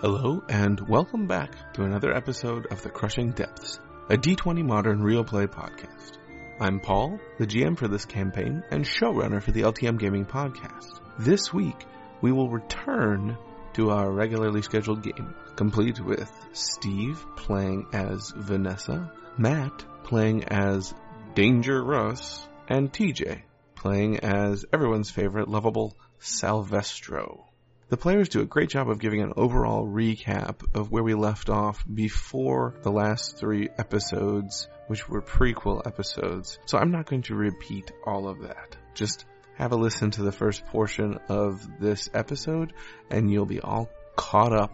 Hello, and welcome back to another episode of The Crushing Depths, a D20 Modern Real Play podcast. I'm Paul, the GM for this campaign and showrunner for the LTM Gaming podcast. This week, we will return to our regularly scheduled game, complete with Steve playing as Vanessa, Matt playing as Danger Russ, and TJ playing as everyone's favorite lovable Salvestro. The players do a great job of giving an overall recap of where we left off before the last three episodes, which were prequel episodes. So I'm not going to repeat all of that. Just have a listen to the first portion of this episode and you'll be all caught up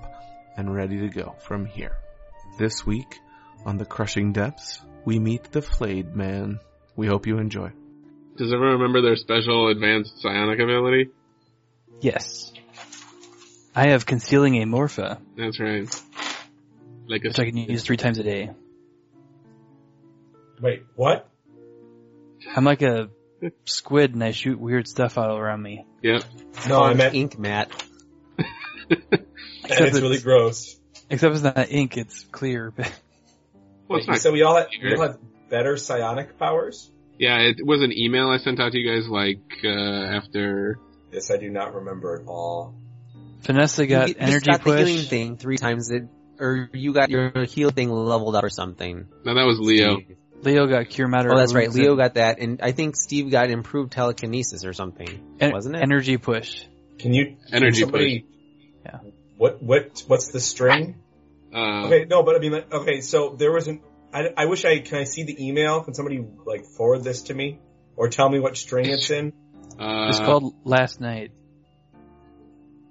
and ready to go from here. This week on The Crushing Depths, we meet the Flayed Man. We hope you enjoy. Does everyone remember their special advanced psionic ability? Yes. I have concealing amorpha, That's right. Like a which I can use three times a day. Wait, what? I'm like a squid and I shoot weird stuff all around me. Yep. No, I meant ink mat. and it's really gross. Except it's not ink, it's clear. but Well, it's Wait, not. so we all, have, we clear. all have better psionic powers? Yeah, it was an email I sent out to you guys like uh, after. This I do not remember at all. Vanessa got you just energy got the healing push. thing three times, it, or you got your heal thing leveled up or something. No, that was Leo. Steve. Leo got cure matter. Oh, that's right. wounds Leo and got that, and I think Steve got improved telekinesis or something, en- wasn't it? energy push. Can you can Energy somebody, Yeah. What what what's the string? Uh, Okay, no, but I mean, like, okay. So there was an. I, I wish I can I see the email. Can somebody like forward this to me or tell me what string it's in? uh, it's called last night.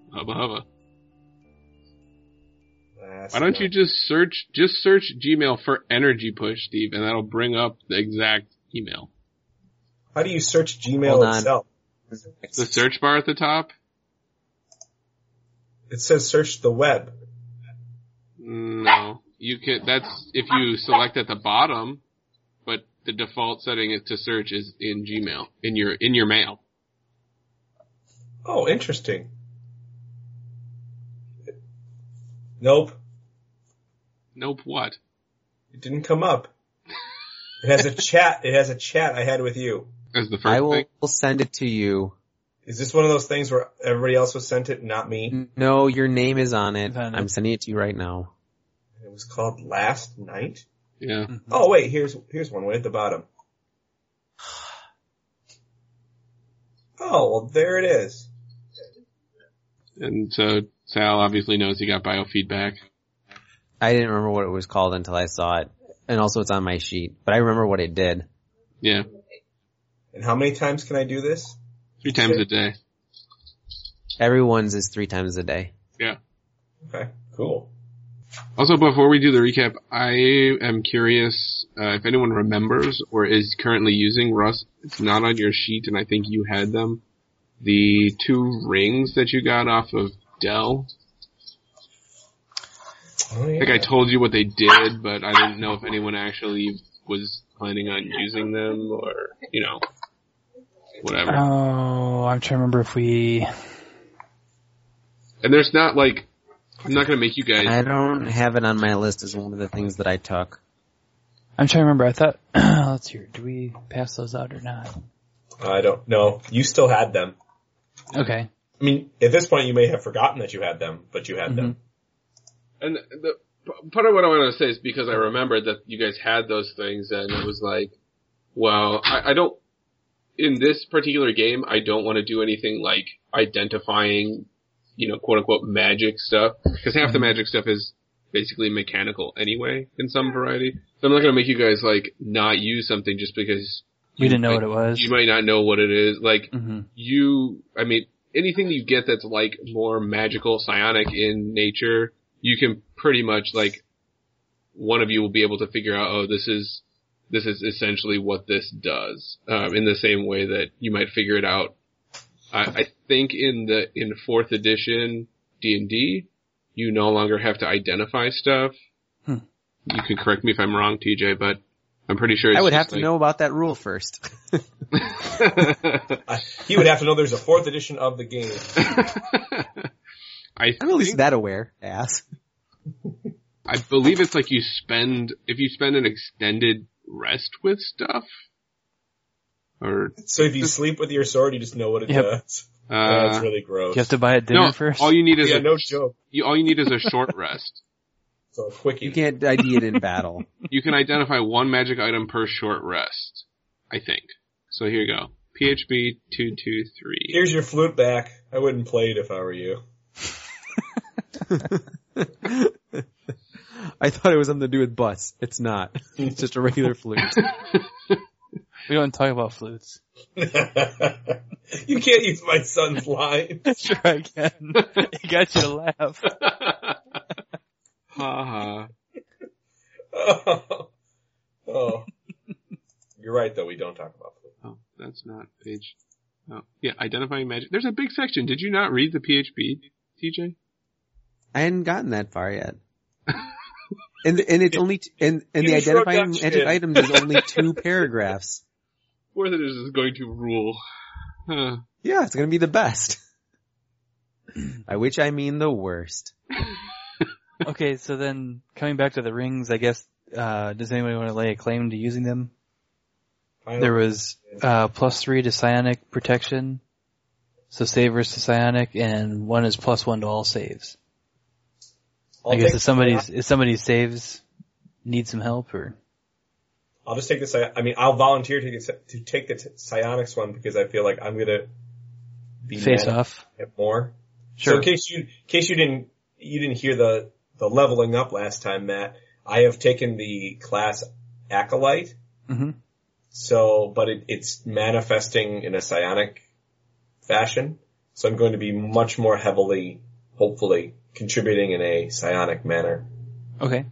Hubba Hubba. That's Why don't you not- just search just search Gmail for energy push, Steve, and that'll bring up the exact email. How do you search Gmail Hold on. itself? The search bar at the top. It says search the web. No, you can. That's if you select at the bottom, but the default setting is to search is in Gmail in your in your mail. Oh, interesting. Nope. Nope. What? It didn't come up. It has a chat. It has a chat I had with you. As the first I will thing. send it to you. Is this one of those things where everybody else was sent it, not me? No, your name is on it. It's on it. I'm sending it to you right now. Mm-hmm. It was called Last Night. Yeah. Oh wait, here's here's one way at the bottom. Oh well, there it is. And so Sal obviously knows he got biofeedback. I didn't remember what it was called until I saw it, and also it's on my sheet, but I remember what it did. Yeah. And how many times can I do this? Three times a day. Everyone's is three times a day. Okay, cool. Also, before we do the recap, I am curious uh, if anyone remembers or is currently using Rust. It's not on your sheet, and I think you had them. The two rings that you got off of Dell. Oh, I yeah. think I told you what they did, but I didn't know if anyone actually was planning on using them or, you know, whatever. Uh, Oh, I'm trying to remember if we. and there's not like, I'm not gonna make you guys I don't have it on my list as one of the things that I took. I'm trying to remember. I thought. let's hear. Do we pass those out or not? I don't know. You still had them. Okay. I mean, at this point, you may have forgotten that you had them, but you had them. Mm-hmm. And the p- part of what I want to say is because I remembered that you guys had those things, and it was like, well, I, I don't. In this particular game, I don't want to do anything like identifying, you know, quote unquote magic stuff, because half the magic stuff is basically mechanical anyway in some variety. So I'm not going to make you guys like not use something just because We didn't know might- what it was. you might not know what it is. Like hmm you, I mean, anything you get that's like more magical, psionic in nature, you can pretty much like, one of you will be able to figure out, oh, this is, this is essentially what this does, um, in the same way that you might figure it out. I, I think in the, in fourth edition D&D, you no longer have to identify stuff. Hmm. You can correct me if I'm wrong, TJ, but I'm pretty sure it's I would just have to like- know about that rule first. I- he would have to know there's a fourth edition of the game. I I'm at least think- that aware, ass. I believe it's like you spend if you spend an extended rest with stuff, or So if you sleep with your sword, you just know what it Yep. does. uh, Oh, that's really gross. You have to buy it dinner no, first. all you need is yeah, a, no joke. you, all you need is a short rest. So a quickie. You can't ID it in battle. You can identify one magic item per short rest, I think. So here you go. PHB two two three. Here's your flute back. I wouldn't play it if I were you. I thought it was something to do with butts. It's not. It's just a regular flute. we don't talk about flutes. you can't use my son's line. sure I can. it got you to laugh. ha ha. Oh. oh. You're right, though. We don't talk about flute. Oh, that's not page. Oh, yeah, identifying magic. There's a big section. Did you not read the PHB, TJ? I hadn't gotten that far yet. And and it's only t- and and the identifying Introduction. magic items is only two paragraphs. Where that is going to rule. Huh. Yeah, it's gonna be the best. By which I mean the worst. Okay, so then coming back to the rings, I guess, uh, does anybody want to lay a claim to using them? I There was, uh, plus three to psionic protection. So save versus to psionic and one is plus one to all saves. I'll I guess take- if somebody's, if somebody saves, needs some help or, I'll just take this. I mean, I'll volunteer to, get, to take the t- psionics one because I feel like I'm gonna be face mad off. at it more. Sure. So in case you, in case you didn't, you didn't hear the, the leveling up last time, Matt, I have taken the class Acolyte. Mhm. So, but it, it's manifesting in a psionic fashion. So I'm going to be much more heavily, hopefully, contributing in a psionic manner. Okay.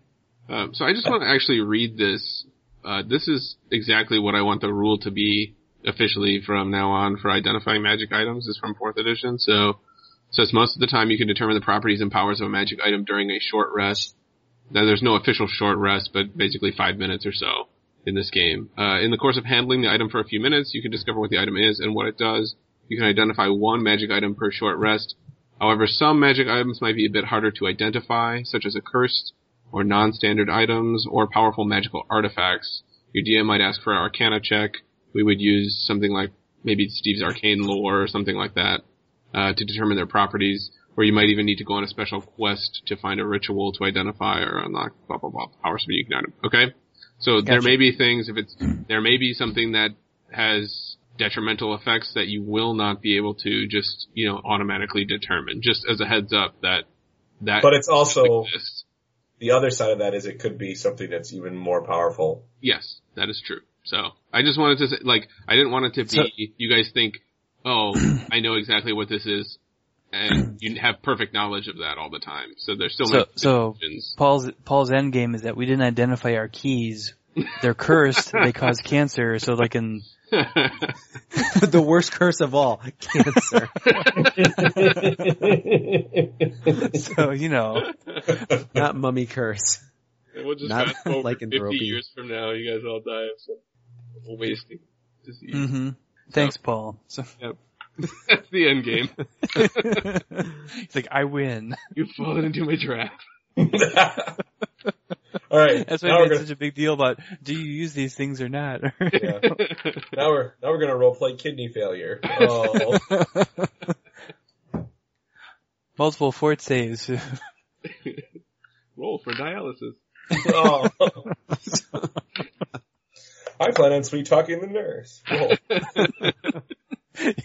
Um, so I just want to actually read this. Uh, this is exactly what I want the rule to be officially from now on for identifying magic items. Is from fourth edition. So it says most of the time you can determine the properties and powers of a magic item during a short rest. Now there's no official short rest, but basically five minutes or so in this game. Uh, in the course of handling the item for a few minutes, you can discover what the item is and what it does. You can identify one magic item per short rest. However, some magic items might be a bit harder to identify, such as a cursed or non-standard items or powerful magical artifacts. Your DM might ask for an Arcana check. We would use something like maybe Steve's Arcane Lore or something like that uh, to determine their properties. Or you might even need to go on a special quest to find a ritual to identify or unlock blah blah blah powers to be ignited. Okay, so there Gotcha. may be things if it's there may be something that has detrimental effects that you will not be able to just you know automatically determine. Just as a heads up that that But it's also, exists. the other side of that is it could be something that's even more powerful. Yes, that is true. So I just wanted to say, like, I didn't want it to be. So- you guys think, oh, I know exactly what this is, and you have perfect knowledge of that all the time. So there's still So- no so- decisions. Paul's Paul's end game is that we didn't identify our keys. They're cursed. they cause cancer. So like in the worst curse of all, cancer. so you know Not mummy curse. we'll just Not fast forward like in 50 Droopy. years from now, you guys all die of some wasting disease. hmm Thanks, Paul. So That's the end game. it's like I win. You've fallen into my trap. All right. That's why now I we're made gonna, such a big deal about do you use these things or not. yeah. now we're now we're gonna role play kidney failure. Oh, Multiple fort saves. Roll for dialysis. oh. I plan on sweet talking the nurse. Whoa.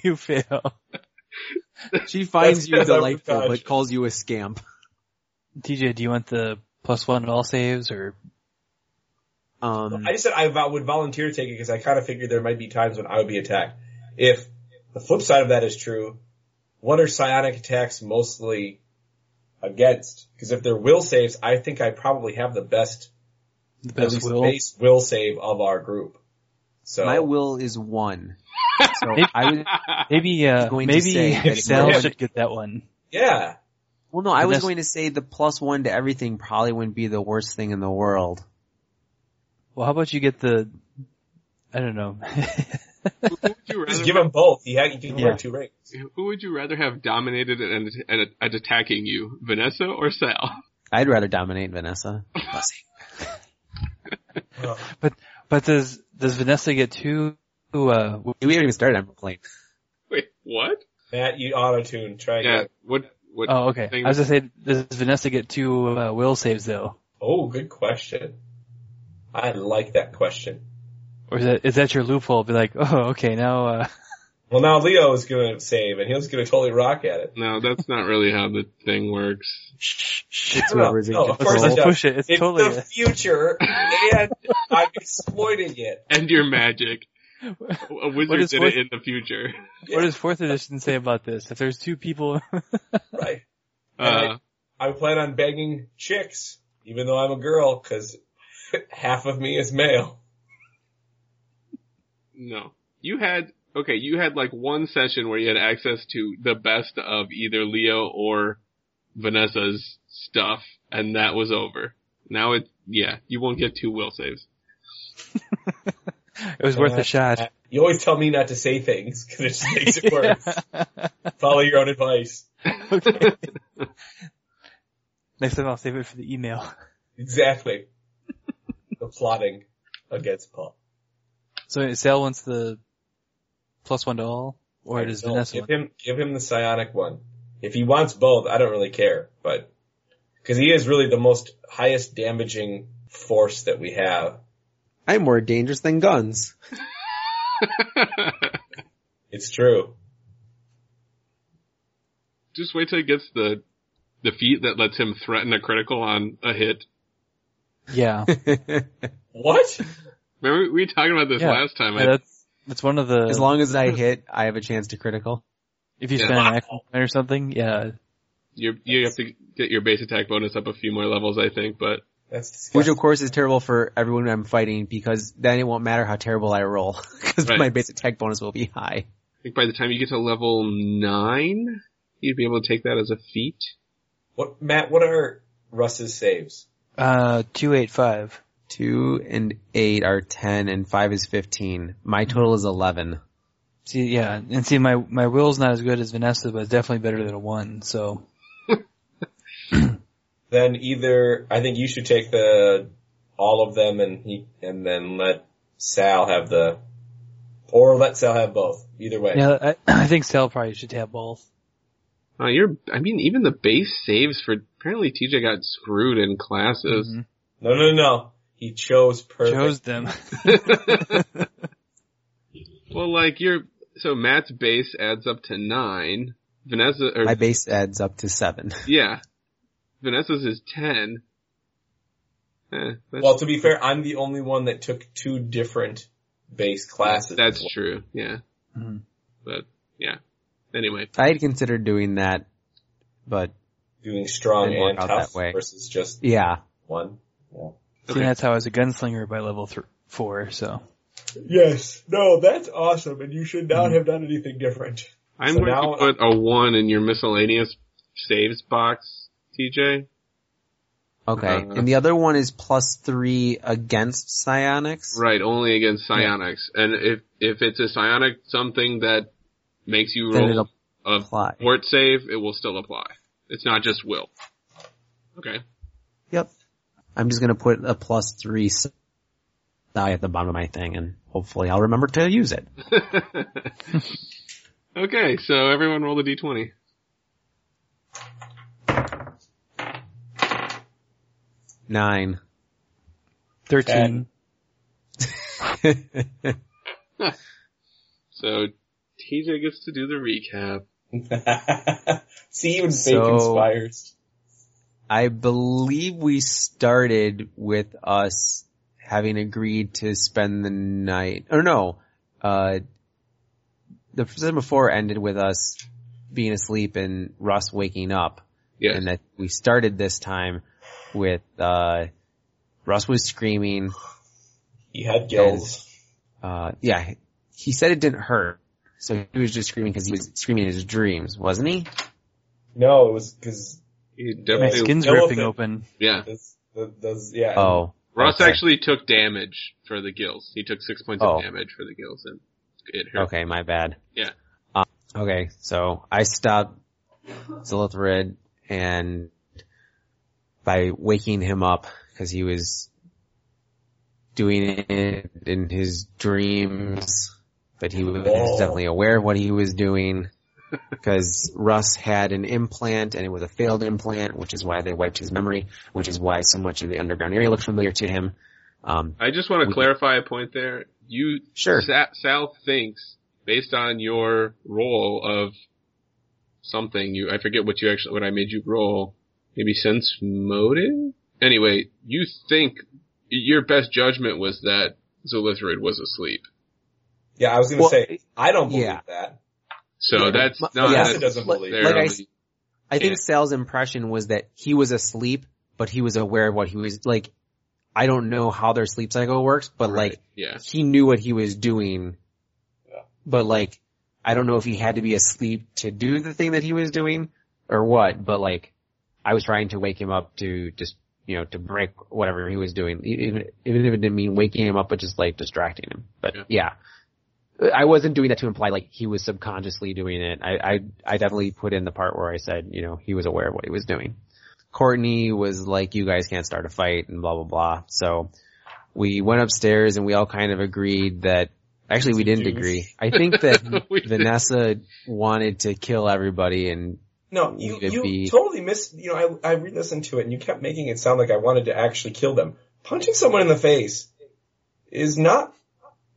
you fail. She finds you That's delightful, sabotage. but calls you a scamp. TJ, do you want the plus one at all saves or Um, I just said I vo- would volunteer to take it because I kind of figured there might be times when I would be attacked. If the flip side of that is true, what are psionic attacks mostly against? Because if they're will saves, I think I probably have the best, the at best least will? base will save of our group. So my will is one. So I was, Maybe uh, Going to say maybe that it's Excel not- should get that one. yeah, well, no, I But was that's- going to say the plus one to everything probably wouldn't be the worst thing in the world. Well, how about you get the I don't know. Who would you rather Just give him both. He had, he can Yeah. wear two rings. Who would you rather have dominated and at, at attacking you, Vanessa or Sal? I'd rather dominate Vanessa. Ugh. But does does Vanessa get two? Uh, We haven't even started on Brooklyn. Wait, what? Matt, you auto tune. Try Yeah, again. what? What? oh, okay. I was gonna say, does Vanessa get two uh, will saves though, Oh, good question. I like that question. or is that is that your loophole? Be like, oh, okay, now uh, Well, now Leo is going to save, and he's going to totally rock at it. no, that's not really how the thing works. It's whoever's in No, of control. course let's does. push it. It's It's totally. the future, and I'm exploiting it. And your magic. A wizard is did with- it in the future. What does fourth edition say about this? If there's two people, Right. Uh, I plan on begging chicks, even though I'm a girl, because half of me is male. no, you had okay. You had like one session where you had access to the best of either Leo or Vanessa's stuff, and that was over. Now it, yeah, you won't get two will saves. it was worth a shot. You always tell me not to say things because it just makes it worse. Follow your own advice. Okay. Next time I'll save it for the email. Exactly. the plotting against Paul. So Sal wants the plus one to all, or does No, Vanessa? give want- him give him the psionic one. If he wants both, I don't really care, but because he is really the most highest damaging force that we have. I'm more dangerous than guns. It's true. Just wait till he gets the the feat that lets him threaten a critical on a hit. Yeah, yeah, What? Remember we were talking about this Yeah. last time. I, that's that's one of the. As long as I hit, I have a chance to critical. if you Yeah. spend an action point or something, yeah, you you have to get your base attack bonus up a few more levels, I think. But That's Which disgusting. of course is terrible for everyone I'm fighting because then it won't matter how terrible I roll because Right. my base attack bonus will be high. I think by the time you get to level nine, you'd be able to take that as a feat. What Matt? What are Russ's saves? uh, two eight five. Two and eight are ten and five is fifteen. My total is eleven. See, yeah, and see, my my will's not as good as Vanessa, but it's definitely better than a one. So Then either I think you should take the all of them and he and then let Sal have the or let Sal have both. Either way. yeah, I, I think Sal probably should have both. Uh, you're, I mean, even the base saves for apparently TJ got screwed in classes. Mhm. No, no, no. He chose perfect. Chose them. well, like your so Matt's base adds up to nine. Vanessa or My base adds up to seven. yeah, Vanessa's is ten. Eh, that's, Well, to be fair, I'm the only one that took two different base classes. that's true. Yeah, Mhm. but yeah. Anyway, I had considered doing that, but doing strong Didn't work and out tough that way. versus just yeah, one. See, Okay. that's how I was a gunslinger by level thr four. So Yes. No, that's awesome, and you should not have done anything different. I'm So going now- to put a one in your miscellaneous saves box, TJ. okay. Uh-huh. and the other one is plus three against psionics. Right, only against psionics. And if if it's a psionic something that makes you Then roll it'll a apply. fort save, it will still apply. It's not just will. Okay. Yep. I'm just gonna put a plus three psi at the bottom of my thing, and hopefully I'll remember to use it. okay, so everyone roll the d20. Nine. thirteen. So TJ gets to do the recap. See, even fake So- inspires. I believe we started with us having agreed to spend the night, or no, uh, the season before ended with us being asleep and Russ waking up, Yes. and that we started this time with, uh, Russ was screaming, He had gills. uh, yeah, he said it didn't hurt, so he was just screaming because he was screaming in his dreams, wasn't he? No, it was because He My definitely, skin's Elephant. ripping open. yeah. those, those, yeah. Oh. Russ okay. actually took damage for the gills. He took six points Oh. of damage for the gills and It hurt. Okay, my bad. Yeah. Uh, okay, so I stopped Zilithrid and by waking him up because he was doing it in his dreams, but he was Whoa. definitely aware of what he was doing because Russ had an implant and it was a failed implant, which is why they wiped his memory, which is why so much of the underground area looked familiar to him. Um, I just want to We- clarify a point there. You Sure. Sa- Sal thinks based on your role of something you I forget what you actually what I made you roll maybe sense motive. Anyway, you think your best judgment was that Zolithrid was asleep. Yeah, I was gonna Well, say I don't believe yeah. that. So Yeah. that's Ma- not yeah. Melissa doesn't Like- believe. there. it. like I s- I Yeah. think Sal's impression was that he was asleep, but he was aware of what he was like. I don't know how their sleep cycle works, but yeah. like he knew what he was doing. Yeah. But like, I don't know if he had to be asleep to do the thing that he was doing or what. But like, I was trying to wake him up to just you know to break whatever he was doing, E- even even if it didn't mean waking him up, but just like distracting him. But Yeah. yeah. I wasn't doing that to imply like he was subconsciously doing it. I, I I definitely put in the part where I said, you know, he was aware of what he was doing. Courtney was like, you guys can't start a fight and blah blah blah. So we went upstairs and we all kind of agreed that actually we didn't Dude. agree. I think that We didn't. Vanessa wanted to kill everybody and No, you Would it you be- totally missed. You know, I I re-listened to it and you kept making it sound like I wanted to actually kill them. Punching someone in the face is not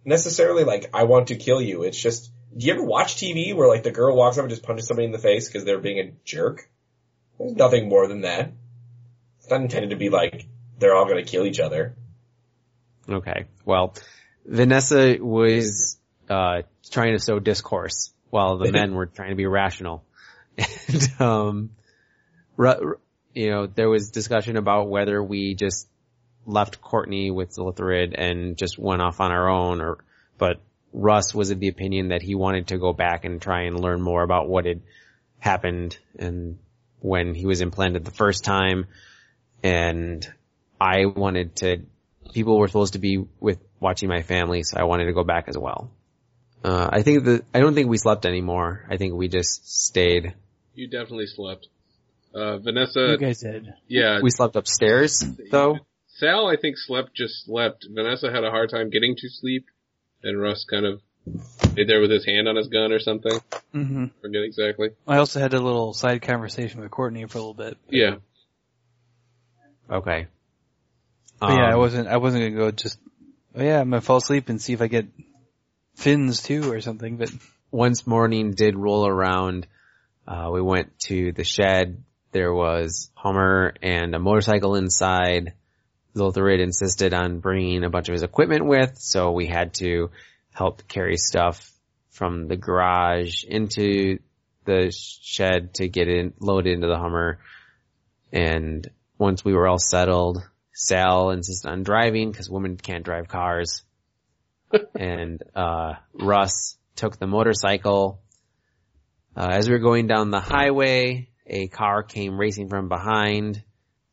necessarily like I want to kill you. It's just. Do you ever watch TV where like the girl walks up and just punches somebody in the face because they're being a jerk? There's nothing more than that. It's not intended to be like they're all gonna kill each other. Okay. Well, Vanessa was uh, trying to sow discourse while the men were trying to be rational. And, um, ru- you know, there was discussion about whether we just left Courtney with Zilithrid and just went off on our own or, but Russ was of the opinion that he wanted to go back and try and learn more about what had happened and when he was implanted the first time. And I wanted to people were supposed to be with watching my family, so I wanted to go back as well. Uh, I think the I don't think we slept anymore. I think we just stayed. You definitely slept. Uh Vanessa You guys did. yeah, We slept upstairs though. Sal, I think, slept just slept. Vanessa had a hard time getting to sleep, and Russ kind of stayed there with his hand on his gun or something. hmm Forget exactly. I also had a little side conversation with Courtney for a little bit. Yeah, Okay. But yeah, I Um, wasn't. I wasn't gonna go. Just oh yeah, I'm gonna fall asleep and see if I get fins too or something. But once morning did roll around, uh, we went to the shed. There was Hummer and a motorcycle inside. Zoltherid insisted on bringing a bunch of his equipment with, so we had to help carry stuff from the garage into the shed to get it loaded into the Hummer. And once we were all settled, Sal insisted on driving because women can't drive cars and uh, Russ took the motorcycle. Uh, as we were going down the highway, a car came racing from behind.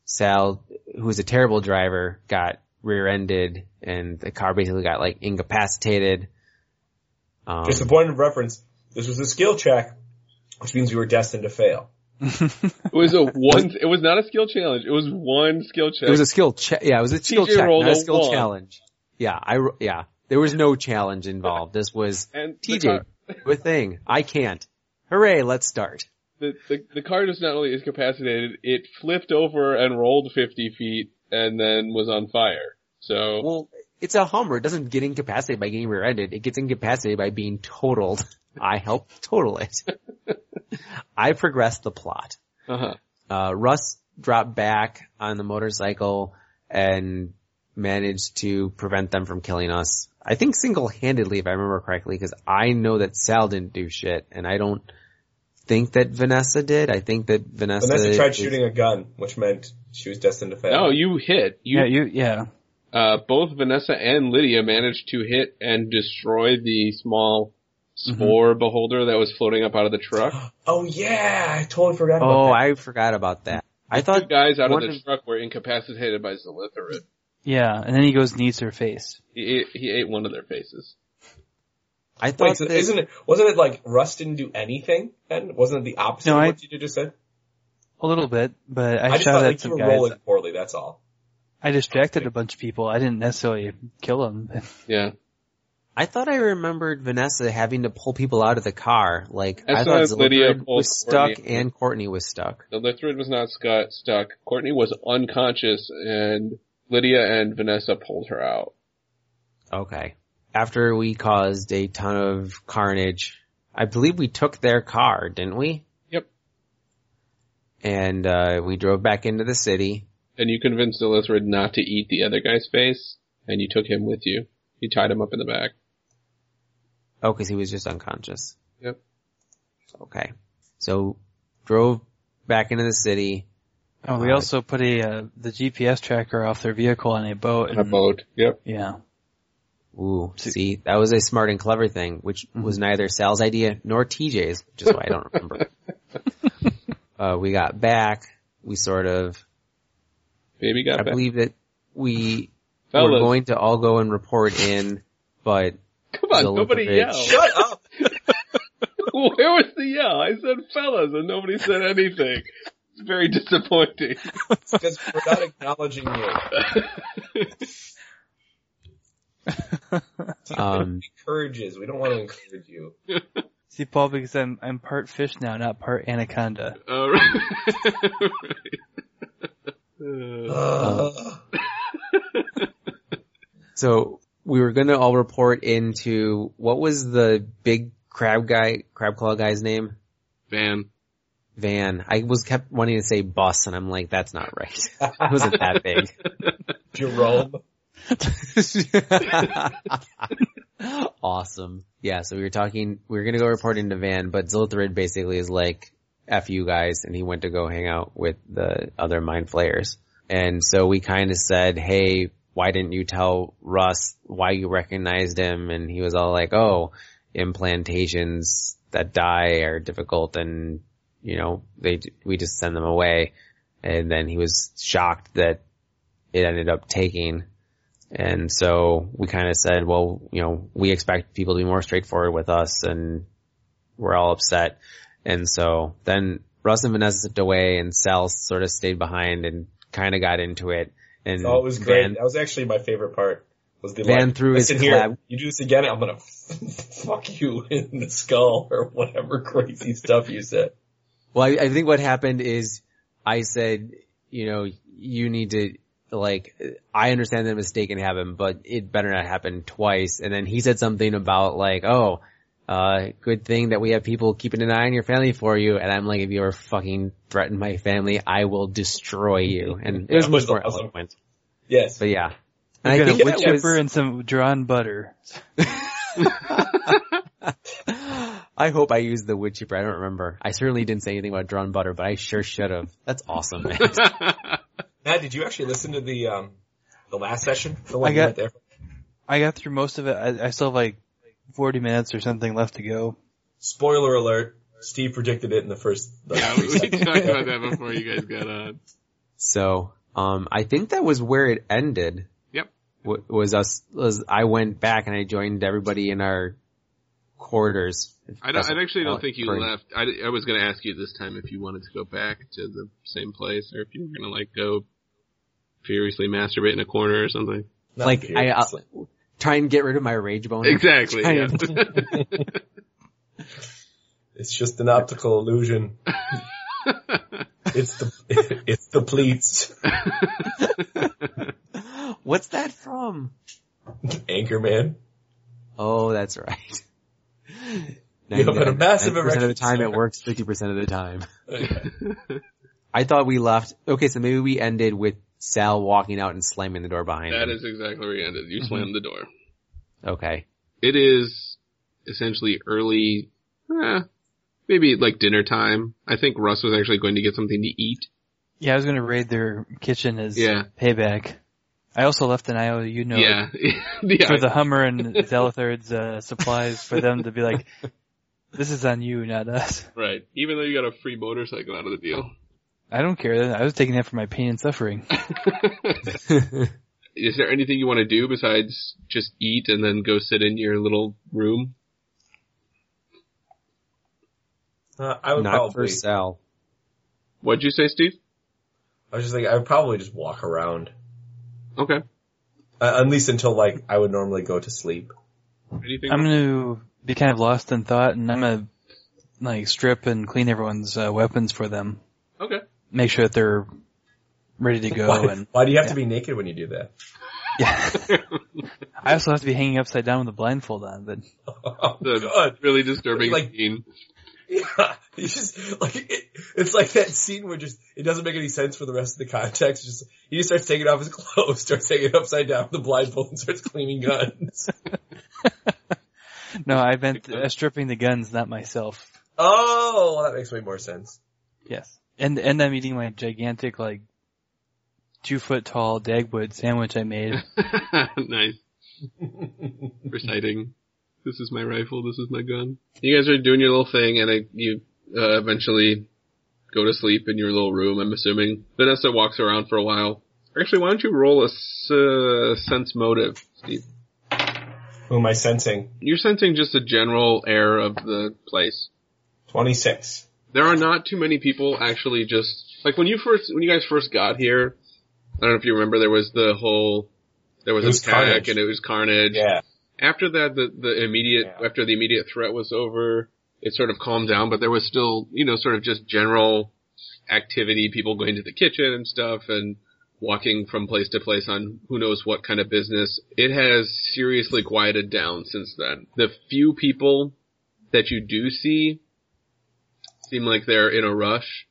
Sal, who's a terrible driver, got rear-ended, and the car basically got like incapacitated. Um, Just a point of reference. This was a skill check, which means we were destined to fail. it was a one. It was not a skill challenge. It was one skill check. it was a skill check. Yeah, it was a skill TJ check, rolled not a a skill one. challenge. Yeah, I ro- yeah. There was no challenge involved. This was and the TJ. car- do a thing. I can't. Hooray! Let's start. The, the the car was not only incapacitated, it flipped over and rolled fifty feet, and then was on fire. So Well, it's a Hummer. It doesn't get incapacitated by getting rear-ended. It gets incapacitated by being totaled. I helped total it. I progressed the plot. uh-huh. Uh, Russ dropped back on the motorcycle and managed to prevent them from killing us. I think single-handedly, if I remember correctly, because I know that Sal didn't do shit, and I don't think that Vanessa did. I think that Vanessa, Vanessa tried is- shooting a gun, which meant she was destined to fail. no, you hit. You yeah, you yeah. uh, both Vanessa and Lydia managed to hit and destroy the small Mm-hmm. spore beholder that was floating up out of the truck. Oh yeah, I totally forgot about Oh, that. I forgot about that. I Two thought guys out of one the of- truck were incapacitated by Zolithrid. Yeah, and then he goes and eats her face. He ate, he ate one of their faces. I thought Wait, so that isn't it? Wasn't it like Rust didn't do anything? Then wasn't it the opposite No, of I- what you just said? A little bit, but I, I, just shot thought at like you some were guys. rolling poorly. That's all. I distracted a bunch of people. I didn't necessarily kill them. Yeah. I thought I remembered Vanessa having to pull people out of the car. Like That's I thought what Lydia Zilfred pulled was stuck Courtney. and Courtney was stuck. The Lithrid was not scu- stuck. Courtney was unconscious and Lydia and Vanessa pulled her out. Okay. After we caused a ton of carnage, I believe we took their car, didn't we? Yep. And uh, we drove back into the city. And you convinced the Lithrid not to eat the other guy's face and you took him with you. You tied him up in the back. Oh, because he was just unconscious. Yep. Okay. So drove back into the city. Oh, we Right. also put a uh, the GPS tracker off their vehicle on a boat. In a Mm-hmm. and- boat. Yep. Yeah. Ooh, see, that was a smart and clever thing, which Mm-hmm. was neither Sal's idea nor TJ's, which is why I don't remember. uh, we got back. We sort of, Baby got I back. believe that we were Fellas. going to all go and report in, but Come on, Zilfred. nobody yelled. Shut up! Where was the yell? I said fellas and nobody said anything. It's very disappointing. Because we're not acknowledging you. um, Encourages. We don't want to encourage you. See, Paul, because I'm I'm part fish now, not part anaconda. All right. Ugh. so we were going to all report into what was the big crab guy, crab claw guy's name? Van. Van. I was kept wanting to say bus, and I'm like, that's not right. it wasn't that big. Jerome. awesome. Yeah, so we were talking, we were gonna go report into Van, but Zilthrid basically is like, F you guys, and he went to go hang out with the other mind flayers. And so we kinda said, hey, why didn't you tell Russ why you recognized him? And he was all like, oh, implantations that die are difficult and, you know, they, we just send them away. And then he was shocked that it ended up taking. And so we kind of said, well, you know, we expect people to be more straightforward with us and we're all upset. And so then Russ and Vanessa stepped away and Sal sort of stayed behind and kind of got into it. And Oh, it was great. Van- that was actually my favorite part. Was the Van like, threw his "Listen clav- here. You do this again, I'm gonna fuck you in the skull or whatever crazy stuff you said. Well, I, I think what happened is I said, you know, you need to like, I understand that a mistake can happen, but it better not happen twice. And then he said something about like, oh, uh, good thing that we have people keeping an eye on your family for you. And I'm like, if you ever fucking threaten my family, I will destroy you. And it was That much was more awesome. eloquent. Yes. But yeah. I And I got think a that wood was, chipper and some drawn butter. I hope I used the wood chipper. I don't remember. I certainly didn't say anything about drawn butter, but I sure should have. That's awesome, man. Matt, did you actually listen to the um the last session? The one I you got- went there. I got through most of it. I, I still have like 40 minutes or something left to go. Spoiler alert. Steve predicted it in the first. Like, yeah, we, three we seconds. talked about that before you guys got on. So, um, I think that was where it ended. Yep. W- was us? Was I went back and I joined everybody in our quarters. if I, that's don't, what I actually you call don't it, think you for- left. I, I was going to ask you this time if you wanted to go back to the same place or if you were going to like go furiously masturbate in a corner or something. Not Like I uh, seriously. try and get rid of my rage bone. Exactly. I Yeah. am- it's just an optical illusion. it's the it's the pleats. What's that from? Anchorman. Oh, that's right. You have a massive percent of the erection, time sir. it works. Fifty percent of the time. Uh, I thought we left. Okay, so maybe we ended with Sal walking out and slamming the door behind that him. is exactly where you ended. You slammed the door. okay. It is essentially early, eh, maybe like dinner time. I think Russ was actually going to get something to eat. Yeah, I was gonna raid their kitchen as Yeah. payback. I also left an IOU note Yeah. yeah. for the Hummer and Zelathard's uh, supplies for them to be like, this is on you, not us. Right. Even though you got a free motorcycle out of the deal. I don't care. I was taking that for my pain and suffering. Is there anything you want to do besides just eat and then go sit in your little room? Uh, I would Not for probably. Sal. What'd you say, Steve? I was just like, I would probably just walk around, Okay. uh, at least until like I would normally go to sleep. Anything? I'm gonna be kind of lost in thought, and I'm gonna like strip and clean everyone's uh, weapons for them. okay. Make sure that they're ready to go. why, and why do you have yeah. to be naked when you do that? yeah, I also have to be hanging upside down with a blindfold on. But Oh, That's God. really disturbing Like- scene. Yeah, you just like it, it's like that scene where just it doesn't make any sense for the rest of the context. Just he just starts taking off his clothes, starts hanging upside down with the blindfold, and starts cleaning guns. no, I meant uh, stripping the guns, not myself. oh, well, that makes way more sense. Yes, and and I'm eating my gigantic like two foot tall Dagwood sandwich I made. nice. Reciting. This is my rifle. This is my gun. You guys are doing your little thing, and I, you uh, eventually go to sleep in your little room. I'm assuming Vanessa walks around for a while. Actually, why don't you roll a s- uh, sense motive, Steve? Who am I sensing? You're sensing just a general air of the place. Twenty six. there are not too many people actually just like when you first when you guys first got here. I don't know if you remember there was the whole there was, It was attack carnage. and it was carnage. Yeah. After that, the the immediate Yeah. after the immediate threat was over, it sort of calmed down. But there was still you know sort of just general activity, people going to the kitchen and stuff, and walking from place to place on who knows what kind of business. It has seriously quieted down since then. The few people that you do see seem like they're in a rush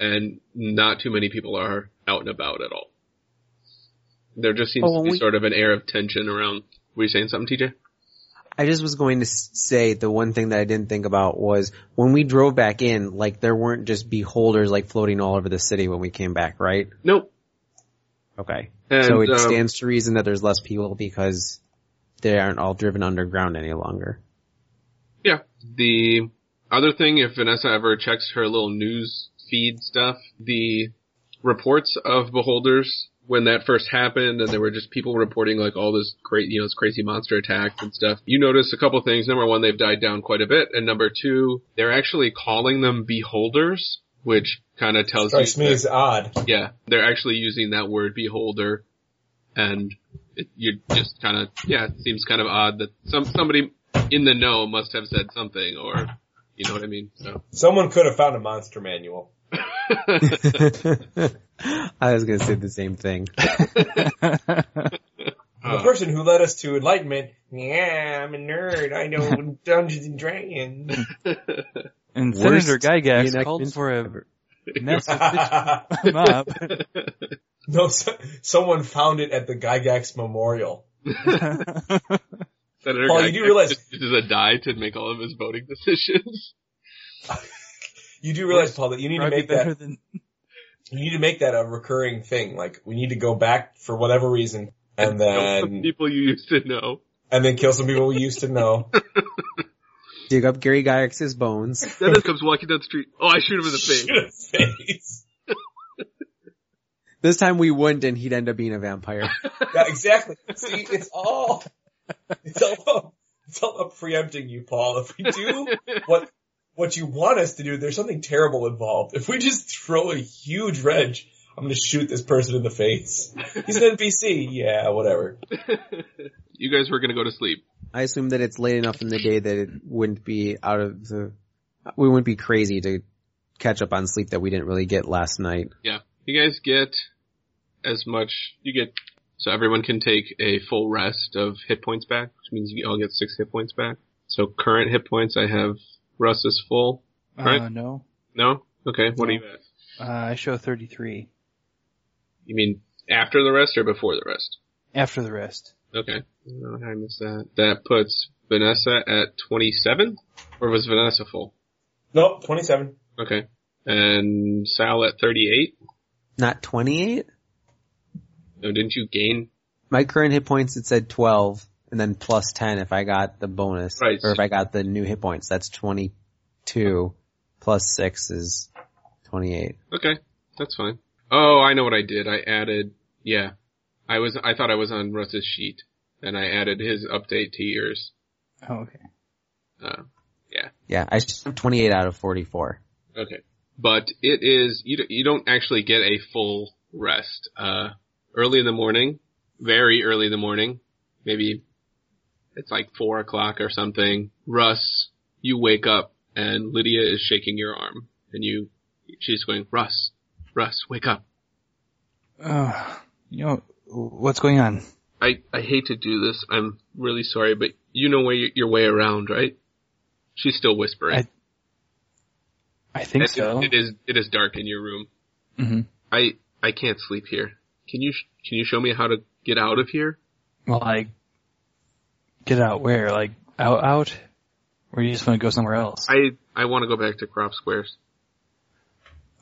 and not too many people are out and about at all. There just seems Oh, well, to be we- sort of an air of tension around. Were you saying something, TJ? I just was going to s- say the one thing that I didn't think about was when we drove back in, like there weren't just beholders like floating all over the city when we came back, right? Nope. Okay. And, so it um, stands to reason that there's less people because they aren't all driven underground any longer. Yeah. The other thing, if Vanessa ever checks her little news feed stuff, the reports of beholders when that first happened and there were just people reporting like all this great, you know, this crazy monster attack and stuff. You notice a couple things. Number one, they've died down quite a bit. And number two, they're actually calling them beholders, which kind of tells Strikes you me that- as odd. yeah, they're actually using that word beholder, and it, you're just kind of yeah, it seems kind of odd that some somebody in the know must have said something, or you know what I mean. So Someone could have found a monster manual. I was gonna say the same thing. the person who led us to enlightenment. Yeah, I'm a nerd. I know Dungeons and Dragons. And Worst Senator Gygax reenactment called for a ever. mess with the mob. no, so, someone found it at the Gygax Memorial. Senator Paul, you Gygax do realize- uses a die to make all of his voting decisions. You do realize, Paul, that you need to Probably make better that than you need to make that a recurring thing. Like we need to go back for whatever reason, and Some then people you used to know. and then kill some people we used to know. Dig up Gary Gygax's bones. Senator comes walking down the street. Oh, I shoot him in the face. Shoot him in the face. This time we wouldn't and he'd end up being a vampire. Yeah, exactly. See, it's all it's all about, it's all about preempting you, Paul. If we do what what you want us to do, there's something terrible involved. If we just throw a huge wrench, I'm gonna shoot this person in the face. He's an NPC. Yeah, whatever. You guys were gonna go to sleep. I assume that it's late enough in the day that it wouldn't be out of the, we wouldn't be crazy to catch up on sleep that we didn't really get last night. Yeah. You guys get as much, you get, so everyone can take a full rest of hit points back, which means you all get six hit points back. So current hit points I have, Russ is full. Alright. Uh, no, No? Okay, what do you at? uh, I show 33 You mean after the rest or before the rest? after the rest. Okay. Oh, I missed that. That puts Vanessa at 27? Or was Vanessa full? Nope, 27. Okay. And Sal at 38? Not 28? No, didn't you gain? My current hit points, it said 12 and then plus 10 if I got the bonus. Right. Or if I got the new hit points, that's 22 plus 6 is 28. Okay, that's fine. Oh, I know what I did. I added, yeah, I was, I thought I was on Russ's sheet, and I added his update to yours. Oh, okay. Uh, Yeah. Yeah, I just have 28 out of 44. Okay. But it is, you, d- you don't actually get a full rest. Uh, early in the morning, very early in the morning, maybe it's like four o'clock or something. Russ, you wake up and Lydia is shaking your arm and you, she's going, Russ, Russ, wake up. Uh, you know what's going on? I, I hate to do this. I'm really sorry, but you know where y- your way around, right? She's still whispering. I I think And so. it is it is dark in your room. Mhm. I I can't sleep here. Can you sh- can you show me how to get out of here? Well, like, get out where? Like, out, out? Or you just want to go somewhere else? I I want to go back to crop squares.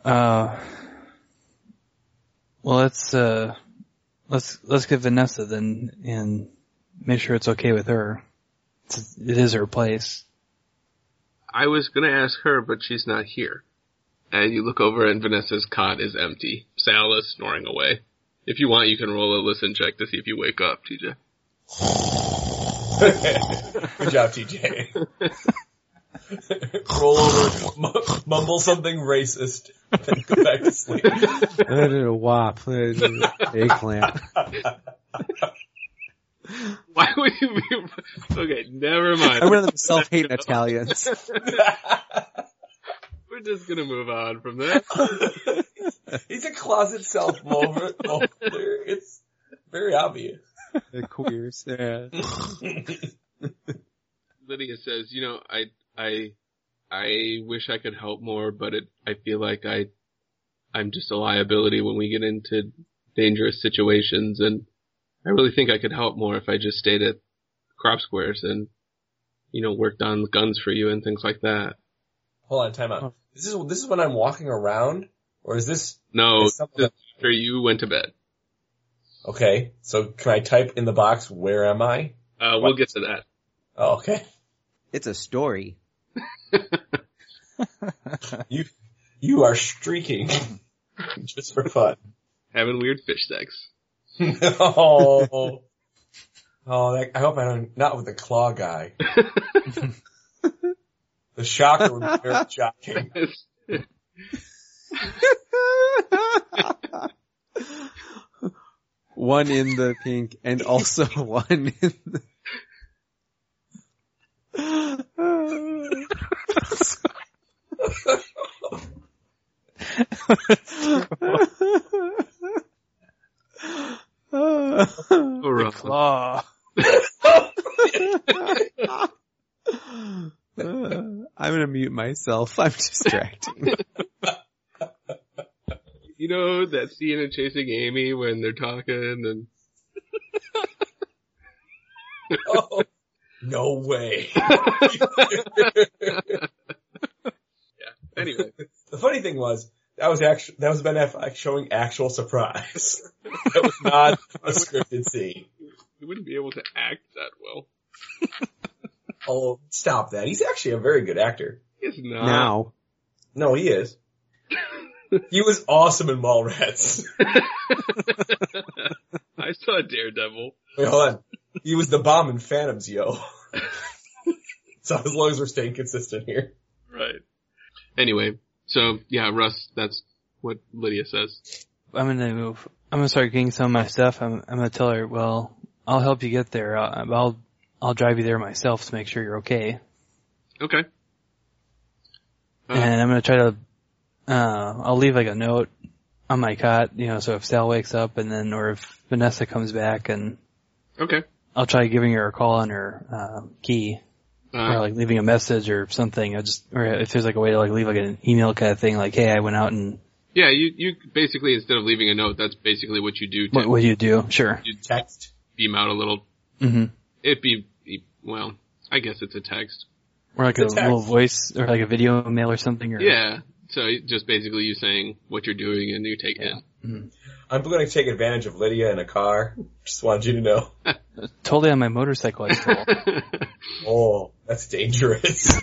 Uh, well, let's, uh, let's, let's get Vanessa then and make sure it's okay with her. It's, it is her place. I was gonna ask her, but she's not here. And you look over and Vanessa's cot is empty. Sal is snoring away. If you want, you can roll a listen check to see if you wake up, TJ. Good job, TJ. Roll over, mu- mumble something racist, then go back to sleep. I did a wop. Eggplant. Why would you be? Okay, never mind. I'm one of them self-hating Italians. We're just gonna move on from that. He's a closet self mover. It's very obvious. The queers. Yeah. Lydia says, you know, I, I, I wish I could help more, but it, I feel like I, I'm just a liability when we get into dangerous situations and I really think I could help more if I just stayed at crop squares and, you know, worked on guns for you and things like that. Hold on, time out. This is this is when I'm walking around, or is this No, is some of the- after you went to bed. okay? So can I type in the box where am I? Uh, we'll get to that. Oh, okay. It's a story. You you are streaking just for fun. Having weird fish sex. oh, oh! That, I hope I don't. Not with the claw guy. the shocker would be very shocking. one in the pink and also one in the... Claw. I'm gonna mute myself. I'm distracting. you know, that scene in Chasing Amy when they're talking and Oh, no way. anyway. The funny thing was, that was actually, that was Ben Affleck showing actual surprise. that was not a scripted scene. You wouldn't be able to act that well. Oh, stop that. He's actually a very good actor. It's not. now, No, he is. he was awesome in Mallrats. I saw Daredevil. Wait, hold on. He was the bomb in Phantoms, yo. so as long as we're staying consistent here. Right. Anyway, so yeah, Russ, that's what Lydia says. I'm gonna move. I'm gonna start getting some of my stuff. I'm, I'm gonna tell her, well, I'll help you get there. I'll, I'll, I'll drive you there myself to make sure you're okay. Okay. Uh, and I'm gonna try to. Uh, I'll leave like a note on my cot, you know, so if Sal wakes up and then, or if Vanessa comes back, and Okay. I'll try giving her a call on her uh, key, or Uh, like leaving a message or something. I just, or if there's like a way to like leave like an email kind of thing, like, hey, I went out and yeah, you, you basically, instead of leaving a note, that's basically what you do to what would you do? Sure. Text. beam out a little. hmm It'd be, well, I guess it's a text. Or like a It's a text. little voice or like a video mail or something. Or, Yeah. So you- just basically you saying what you're doing and you take it. I'm going to take advantage of Lydia in a car. Just wanted you to know. Totally on my motorcycle. I stole. Oh, that's dangerous.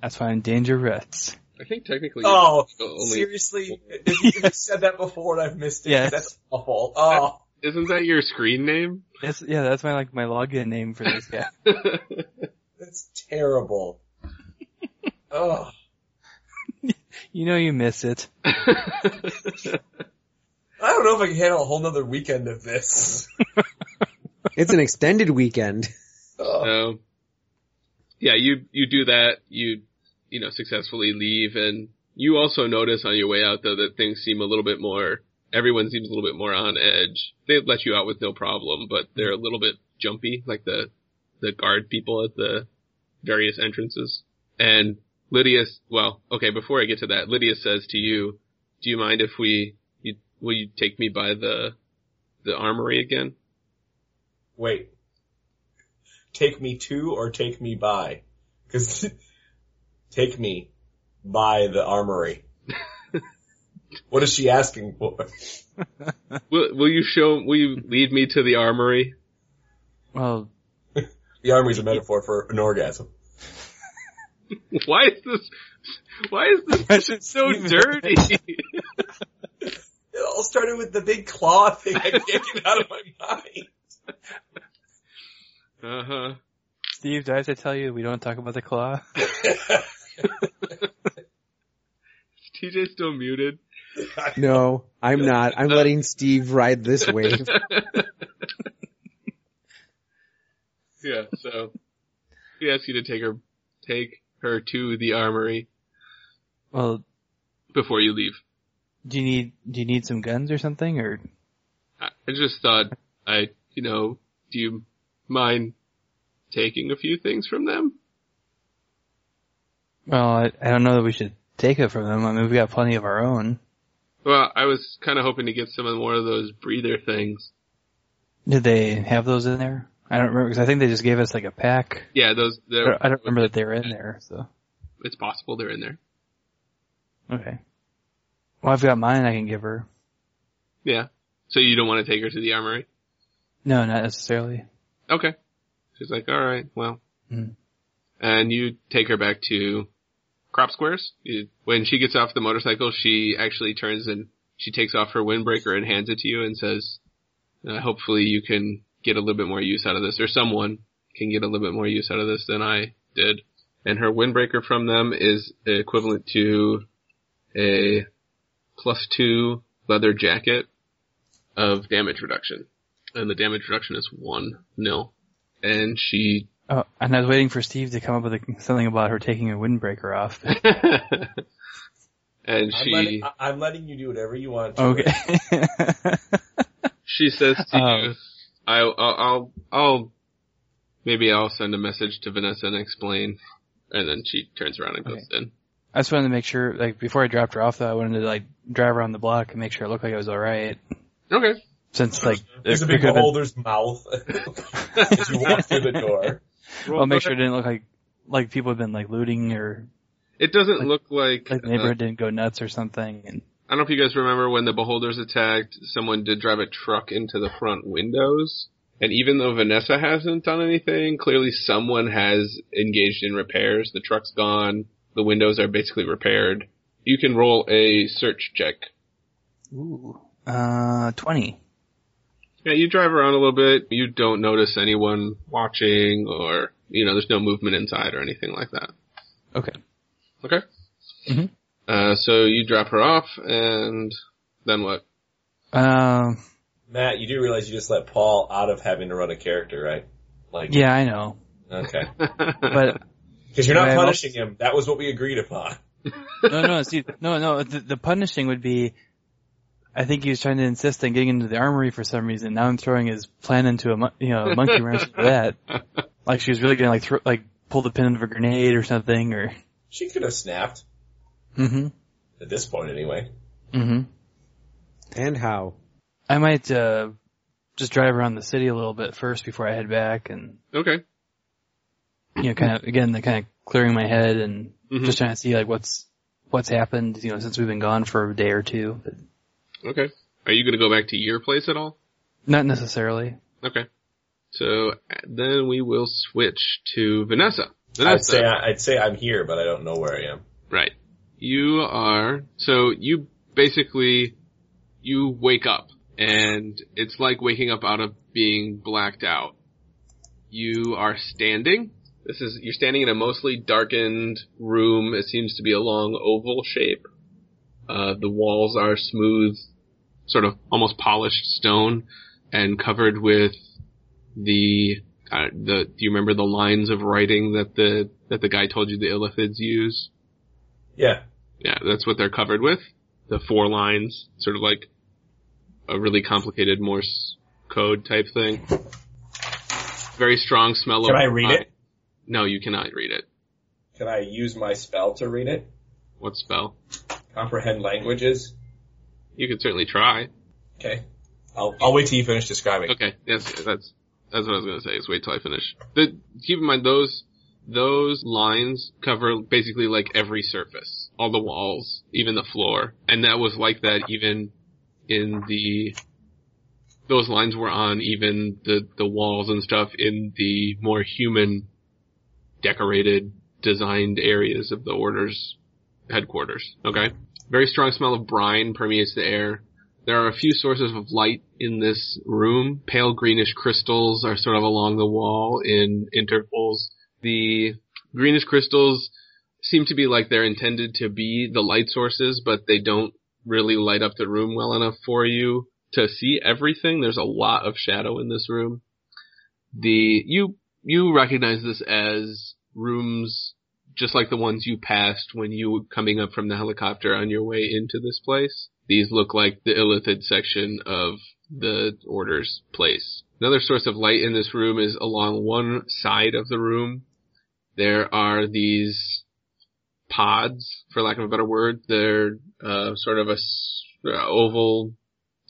That's why I'm dangerous. I think technically you're oh, only seriously? If you have said that before and I've missed it, Yes. that's awful. Oh, Isn't that your screen name? That's, yeah, that's my like my login name for this guy. It's terrible. oh, You know you miss it. I don't know if I can handle a whole nother weekend of this. It's an extended weekend. Ugh. So, Um, yeah, you you do that, you you know successfully leave, and you also notice on your way out though that things seem a little bit more. Everyone seems a little bit more on edge. They let you out with no problem, but they're a little bit jumpy, like the the guard people at the various entrances. And Lydia, well, okay, before I get to that, Lydia says to you, "Do you mind if we you, will you take me by the the armory again?" Wait. Take me to or take me by? Cause take me by the armory. what is she asking for? Will, will you show? Will you lead me to the armory? Well, The armory's a metaphor for an orgasm. Why is this? Why is this question so dirty? It all started with the big claw thing. I can't get out of my mind. uh huh. Steve, do I have to tell you we don't talk about the claw? TJ still muted. No, I'm not. I'm letting Steve ride this wave. Yeah. So he asks you to take her, take her to the armory Well, before you leave. do you need do you need some guns or something or I, I just thought, I, you know, do you mind taking a few things from them? well, I, I don't know that we should take it from them. I mean, we've got plenty of our own. Well, I was kind of hoping to get some of more of those breather things. Did they have those in there? I don't remember because I think they just gave us like a pack. Yeah, those. I they're- don't- I don't remember that they were in there. So It's possible they're in there. okay. Well, I've got mine. I can give her. Yeah. So you don't want to take her to the armory? No, not necessarily. Okay. She's like, all right, well. Mm. And you take her back to Crop Squares. You, when she gets off the motorcycle, she actually turns and she takes off her windbreaker and hands it to you and says, uh, hopefully you can get a little bit more use out of this, or someone can get a little bit more use out of this than I did. And her windbreaker from them is equivalent to a plus two leather jacket of damage reduction. And the damage reduction is one nil. And she, Oh, and I was waiting for Steve to come up with a, something about her taking a windbreaker off. and I'm she, letting, uh, I- I'm letting you do whatever you want. to. Okay. she says to Um, you, I, I'll, I'll, I'll, maybe I'll send a message to Vanessa and explain. And then she turns around and goes in. I just wanted to make sure, like, before I dropped her off, though, I wanted to like drive around the block and make sure it looked like I was all right. Okay. Since like, There's a it big could've been- beholder's mouth as you walk through the door. Well, make sure it didn't look like like people had been like looting or It doesn't look like, like the uh, neighborhood didn't go nuts or something. And I don't know if you guys remember when the Beholders attacked, someone did drive a truck into the front windows. And even though Vanessa hasn't done anything, clearly someone has engaged in repairs. The truck's gone. The windows are basically repaired. You can roll a search check. ooh, uh, twenty. Yeah, you drive around a little bit. You don't notice anyone watching or, you know, there's no movement inside or anything like that. Okay. Okay. Mhm. Uh, so you drop her off and then what? Um. Matt, you do realize you just let Paul out of having to run a character, right? Like, Yeah, I know, okay. but Because you're not Well- punishing him. That was what we agreed upon. no, no, see, no, no. The, the punishing would be. I think he was trying to insist on getting into the armory for some reason. Now I'm throwing his plan into a mon- you know a monkey wrench into that. Like she was really gonna like throw like pull the pin of a grenade or something or. She could have snapped. hmm At this point, anyway. hmm And how? I might uh just drive around the city a little bit first before I head back and okay. you know, kind of again, the kind of clearing my head and Mm-hmm. Mhm. just trying to see like what's what's happened, you know, since we've been gone for a day or two. But Okay. Are you going to go back to your place at all? not necessarily. Okay. So uh, then we will switch to Vanessa. I'd say, Vanessa, I'd say I'm here, but I don't know where I am. right? You are so you basically you wake up and it's like waking up out of being blacked out. You are standing This is you're standing in a mostly darkened room. It seems to be a long oval shape. Uh, the walls are smooth, sort of almost polished stone, and covered with the uh, the. Do you remember the lines of writing that the that the guy told you the Illithids use? Yeah. Yeah, that's what they're covered with. The four lines, sort of like a really complicated Morse code type thing. Very strong smell Can of. I read it? No, you cannot read it. Can I use my spell to read it? What spell? Comprehend languages? You could certainly try. Okay. I'll, I'll wait till you finish describing. Okay, yes, that's that's what I was gonna say. Is wait till I finish. The, keep in mind those those lines cover basically like every surface, all the walls, even the floor, and that was like that even in the those lines were on even the the walls and stuff in the more human decorated designed areas of the order's headquarters. Okay, very strong smell of brine permeates the air. There are a few sources of light in this room. Pale greenish crystals are sort of along the wall in intervals. The greenish crystals seem to be like they're intended to be the light sources, but they don't really light up the room well enough for you to see everything. There's a lot of shadow in this room. The, you, you recognize this as rooms just like the ones you passed when you were coming up from the helicopter on your way into this place. These look like the illithid section of the order's place. Another source of light in this room is along one side of the room. There are these pods, for lack of a better word. They're uh, sort of a s- uh, oval,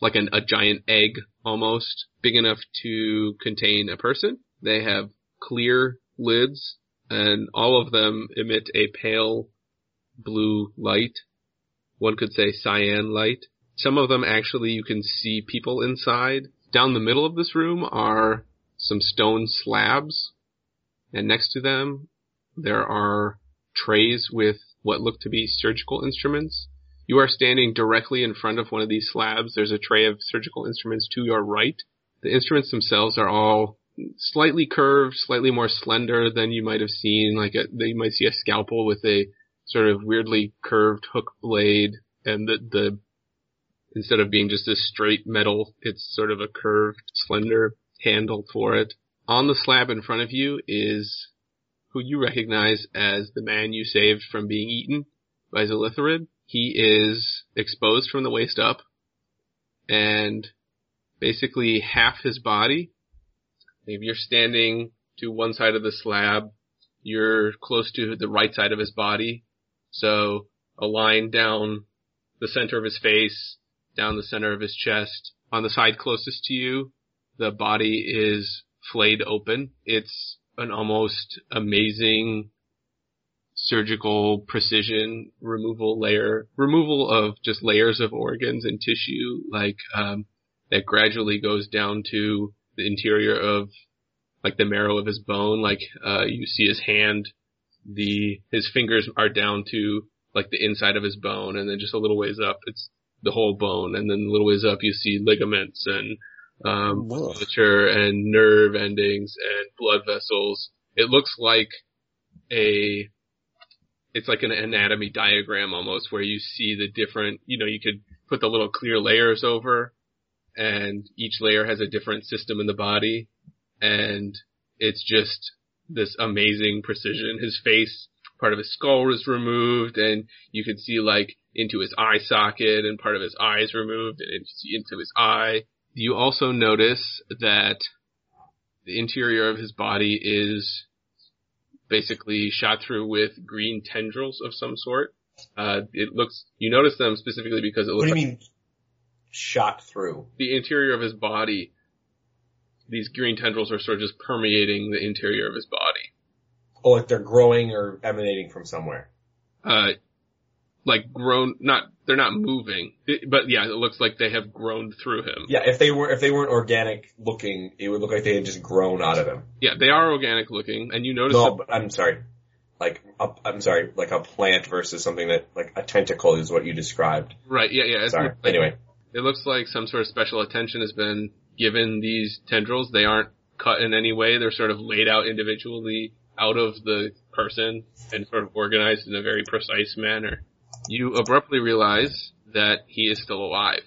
like an, a giant egg almost, big enough to contain a person. They have clear lids and all of them emit a pale blue light. One could say cyan light. Some of them actually you can see people inside. Down the middle of this room are some stone slabs, and next to them there are trays with what look to be surgical instruments. You are standing directly in front of one of these slabs. There's a tray of surgical instruments to your right. The instruments themselves are all slightly curved, slightly more slender than you might have seen. Like a, you might see a scalpel with a sort of weirdly curved hook blade, and the, the instead of being just this straight metal, it's sort of a curved, slender handle for it. On the slab in front of you is who you recognize as the man you saved from being eaten by Zilitharid. He is exposed from the waist up, and basically half his body if you're standing to one side of the slab, you're close to the right side of his body. So a line down the center of his face, down the center of his chest. On the side closest to you, the body is flayed open. It's an almost amazing surgical precision removal layer, removal of just layers of organs and tissue, like, um, that gradually goes down to the interior of like the marrow of his bone. Like uh, you see his hand, the his fingers are down to like the inside of his bone, and then just a little ways up, it's the whole bone, and then a little ways up, you see ligaments and um, Whoa. musculature and nerve endings and blood vessels. It looks like a it's like an anatomy diagram almost where you see the different, you know, you could put the little clear layers over and each layer has a different system in the body and it's just this amazing precision. His face, part of his skull was removed and you could see like into his eye socket and part of his eyes removed and you could see into his eye. You also notice that the interior of his body is basically shot through with green tendrils of some sort. Uh, it looks, you notice them specifically because it What looks do you like mean shot through? the interior of his body, these green tendrils are sort of just permeating the interior of his body. Oh, like they're growing or emanating from somewhere. Uh, like grown, not, they're not moving, It- but yeah, it looks like they have grown through him. Yeah, if they were if they weren't organic looking, it would look like they had just grown out of him. Yeah, they are organic looking, and you notice No, that but I'm sorry. Like a, I'm sorry, like a plant versus something that like a tentacle is what you described. right, yeah, yeah. it's Sorry. like- Anyway, It looks like some sort of special attention has been given these tendrils. They aren't cut in any way. They're sort of laid out individually out of the person and sort of organized in a very precise manner. You abruptly realize that he is still alive,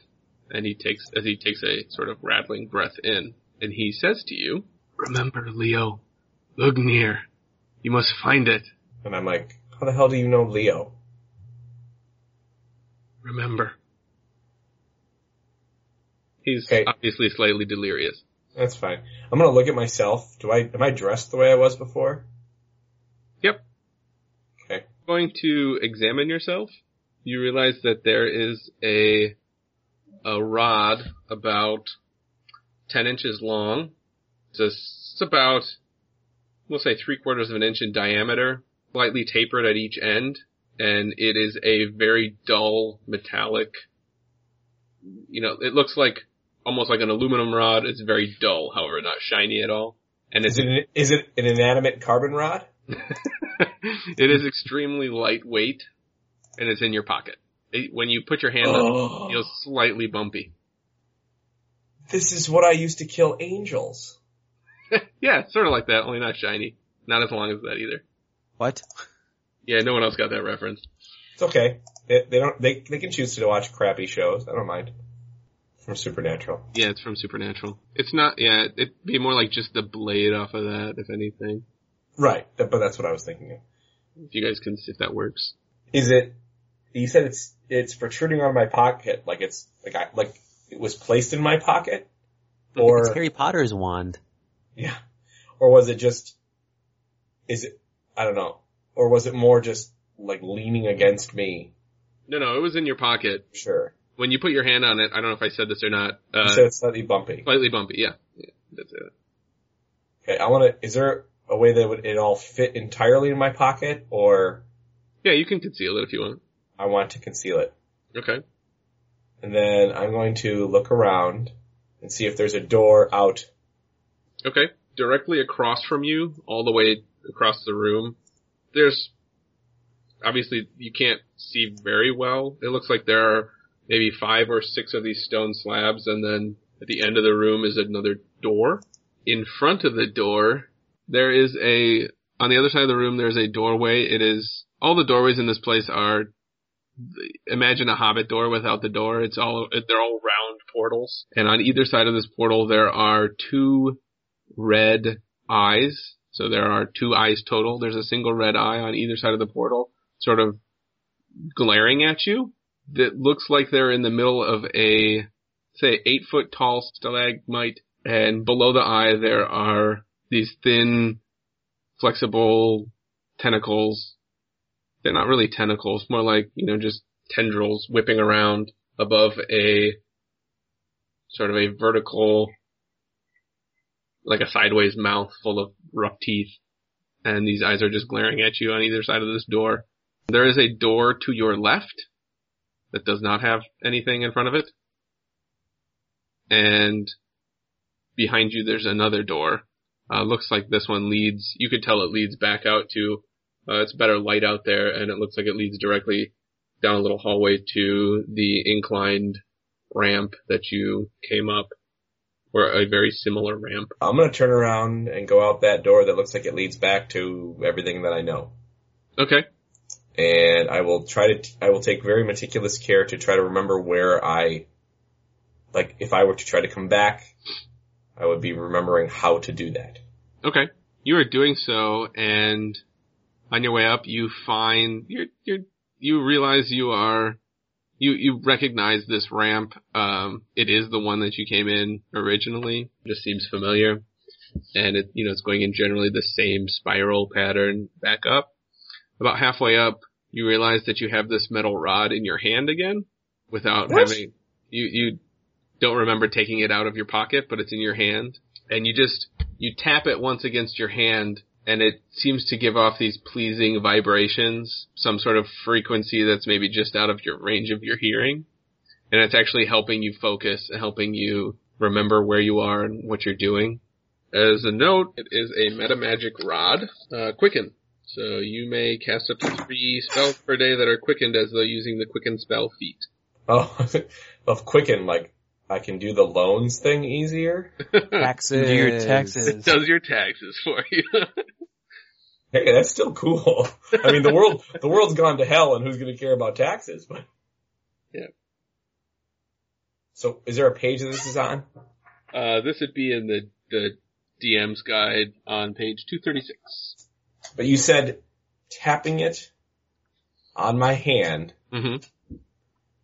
and he takes as he takes a sort of rattling breath in, and he says to you, "Remember, Leo, Lugnir, you must find it. And I'm like, how the hell do you know Leo? Remember." He's Okay. obviously slightly delirious. That's fine. I'm gonna look at myself. Do I am I dressed the way I was before? Yep. Okay. going to examine yourself, you realize that there is a a rod about ten inches long. It's a- It's about we'll say three quarters of an inch in diameter, slightly tapered at each end, and it is a very dull metallic. You know, it looks like almost like an aluminum rod. It's very dull, however, not shiny at all, and it's Is it an, is it an inanimate carbon rod? it is extremely lightweight, and it's in your pocket. It- when you put your hand on it, Oh. it feels slightly bumpy. This is what I used to kill angels. yeah, it's sort of like that, only not shiny. Not as long as that either. What? Yeah, no one else got that reference. It's okay. They, they don't they they can choose to watch crappy shows. I don't mind. From Supernatural. Yeah, it's from Supernatural. It's not. Yeah, it'd be more like just the blade off of that, if anything. Right. But that's what I was thinking of. If you guys can, if that works. Is it? You said it's it's protruding on my pocket, like it's like I like it was placed in my pocket, It's or Harry Potter's wand. yeah, or was it just? Is it? I don't know. Or was it more just like leaning against me? No, no, it was in your pocket Sure. when you put your hand on it. I don't know if I said this or not. You Uh, said it's slightly bumpy. slightly bumpy. Yeah, yeah that's it. Okay. I want to. Is there a way that would it all fit entirely in my pocket, or Yeah, you can conceal it if you want. I want to conceal it? Okay. And then I'm going to look around and see if there's a door out. Okay. Directly across from you, all the way across the room, there's obviously you can't see very well. It looks like there are maybe five or six of these stone slabs, and then at the end of the room is another door. In front of the door, there is a on the other side of the room there's a doorway. It is all the doorways in this place are imagine a hobbit door without the door. It's all they're all round portals, and on either side of this portal there are two red eyes. So there are two eyes total. There's a single red eye on either side of the portal, sort of glaring at you. That looks like they're in the middle of a, say, eight foot tall stalagmite, and below the eye there are these thin, flexible tentacles. They're not really tentacles, more like, you know, just tendrils whipping around above a, sort of a vertical, like a sideways mouth full of rough teeth, and these eyes are just glaring at you on either side of this door. There is a door to your left that does not have anything in front of it, and behind you there's another door. Uh, looks like this one leads. You could tell it leads back out to. Uh, it's better light out there, and it looks like it leads directly down a little hallway to the inclined ramp that you came up, or a very similar ramp. I'm gonna turn around and go out that door that looks like it leads back to everything that I know. Okay. and I will try to, I will take very meticulous care to try to remember where I, like, if I were to try to come back, I would be remembering how to do that. Okay. You are doing so, and on your way up, you find you you you realize you are you you recognize this ramp. Um, it is the one that you came in originally. It just seems familiar, and it you know it's going in generally the same spiral pattern back up. About halfway up, you realize that you have this metal rod in your hand again, without What? having you you don't remember taking it out of your pocket, but it's in your hand, and you just you tap it once against your hand and it seems to give off these pleasing vibrations, some sort of frequency that's maybe just out of your range of your hearing. And it's actually helping you focus and helping you remember where you are and what you're doing. As a note, it is a metamagic rod, uh, quicken. So you may cast up to three spells per day that are quickened as though using the quicken spell feat. Oh, of quicken, like, I can do the loans thing easier. Taxes. Do your it taxes. does your taxes for you. Hey, that's still cool. I mean, the world, the world's gone to hell and who's going to care about taxes? But Yeah. So is there a page that this is on? Uh, this would be in the, the DM's guide on page 236. But you said tapping it on my hand Mm-hmm.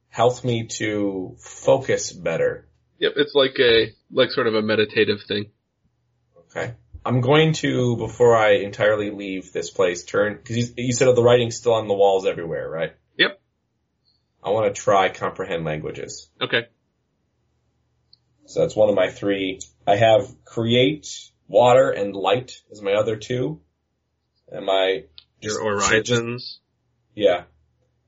helped me to focus better. Yep, it's like a, like sort of a meditative thing. Okay. I'm going to, before I entirely leave this place, turn, cause you, you said that the writing's still on the walls everywhere, right? Yep. I want to try comprehend languages. Okay. So that's one of my three. I have create, water, and light as my other two. And my Your just- origins. yeah.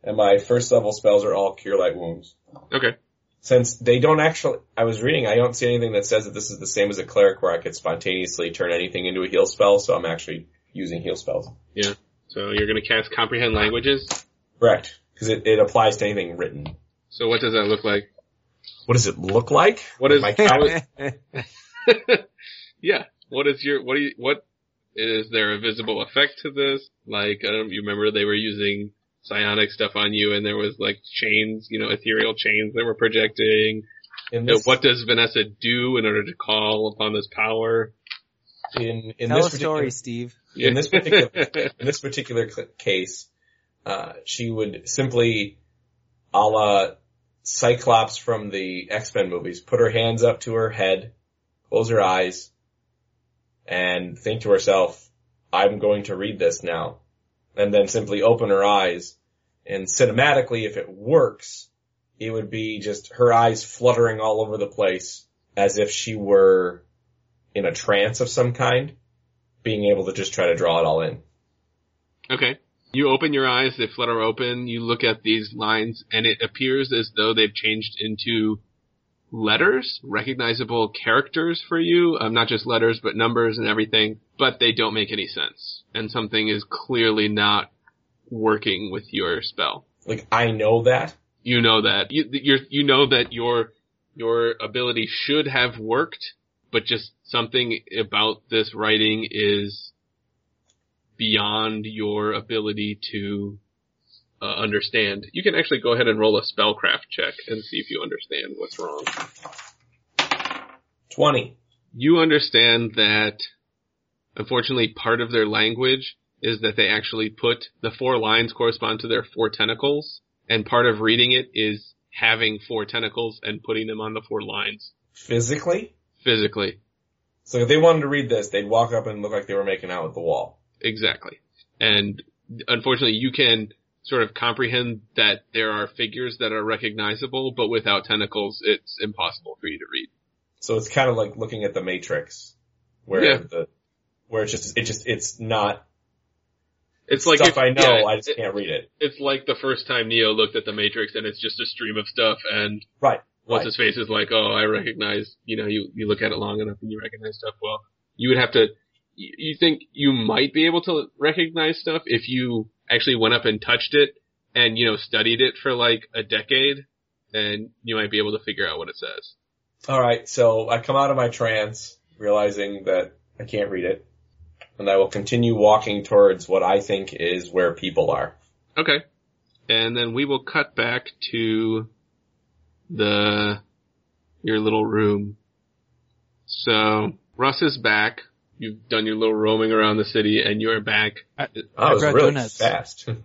And my first level spells are all cure light wounds. Okay. Since they don't actually, I was reading, I don't see anything that says that this is the same as a cleric where I could spontaneously turn anything into a heal spell, so I'm actually using heal spells. So you're gonna cast comprehend languages. Correct. Cause it, it applies to anything written. So what does that look like? What does it look like? What is, My how is cat- yeah. What is your what do you what is there a visible effect to this? Like I don't you remember they were using psionic stuff on you and there was like chains, you know, ethereal chains that were projecting. You in know, this, what does Vanessa do in order to call upon this power? in, in Tell this a particular- story, Steve. In this particular- in this particular cl- case, uh, she would simply, a la Cyclops from the X-Men movies, put her hands up to her head, close her eyes, and think to herself, I'm going to read this now. And then simply open her eyes, and cinematically, if it works, it would be just her eyes fluttering all over the place as if she were in a trance of some kind, being able to just try to draw it all in. Okay. You open your eyes, they flutter open, you look at these lines, and it appears as though they've changed into letters, recognizable characters for you, um, not just letters, but numbers and everything, but they don't make any sense. And something is clearly not working with your spell. Like I know that. You know that. You, you're, you know that your, your ability should have worked, but just something about this writing is beyond your ability to uh, understand. You can actually go ahead and roll a spellcraft check and see if you understand what's wrong. Twenty. You understand that unfortunately part of their language is that they actually put the four lines correspond to their four tentacles and part of reading it is having four tentacles and putting them on the four lines Physically? physically. So if they wanted to read this, they'd walk up and look like they were making out with the wall. Exactly. And unfortunately, you can sort of comprehend that there are figures that are recognizable, but without tentacles, it's impossible for you to read. So it's kind of like looking at the Matrix, where Yeah. the where it's just it just it's not It's like stuff if- I know. yeah, I just it- can't read it. it's like the first time Neo looked at the Matrix, and it's just a stream of stuff. And Right. once Right. his face is like, "Oh, I recognize," you know, you you look at it long enough and you recognize stuff. Well, you would have to. You you think you might be able to recognize stuff if you actually went up and touched it and you know studied it for like a decade, and you might be able to figure out what it says. All right. So I come out of my trance, realizing that I can't read it, and I will continue walking towards what I think is where people are. Okay. And then we will cut back to the your little room. So Russ is back. You've done your little roaming around the city, and you're back. Oh, I was brought really donuts. fast.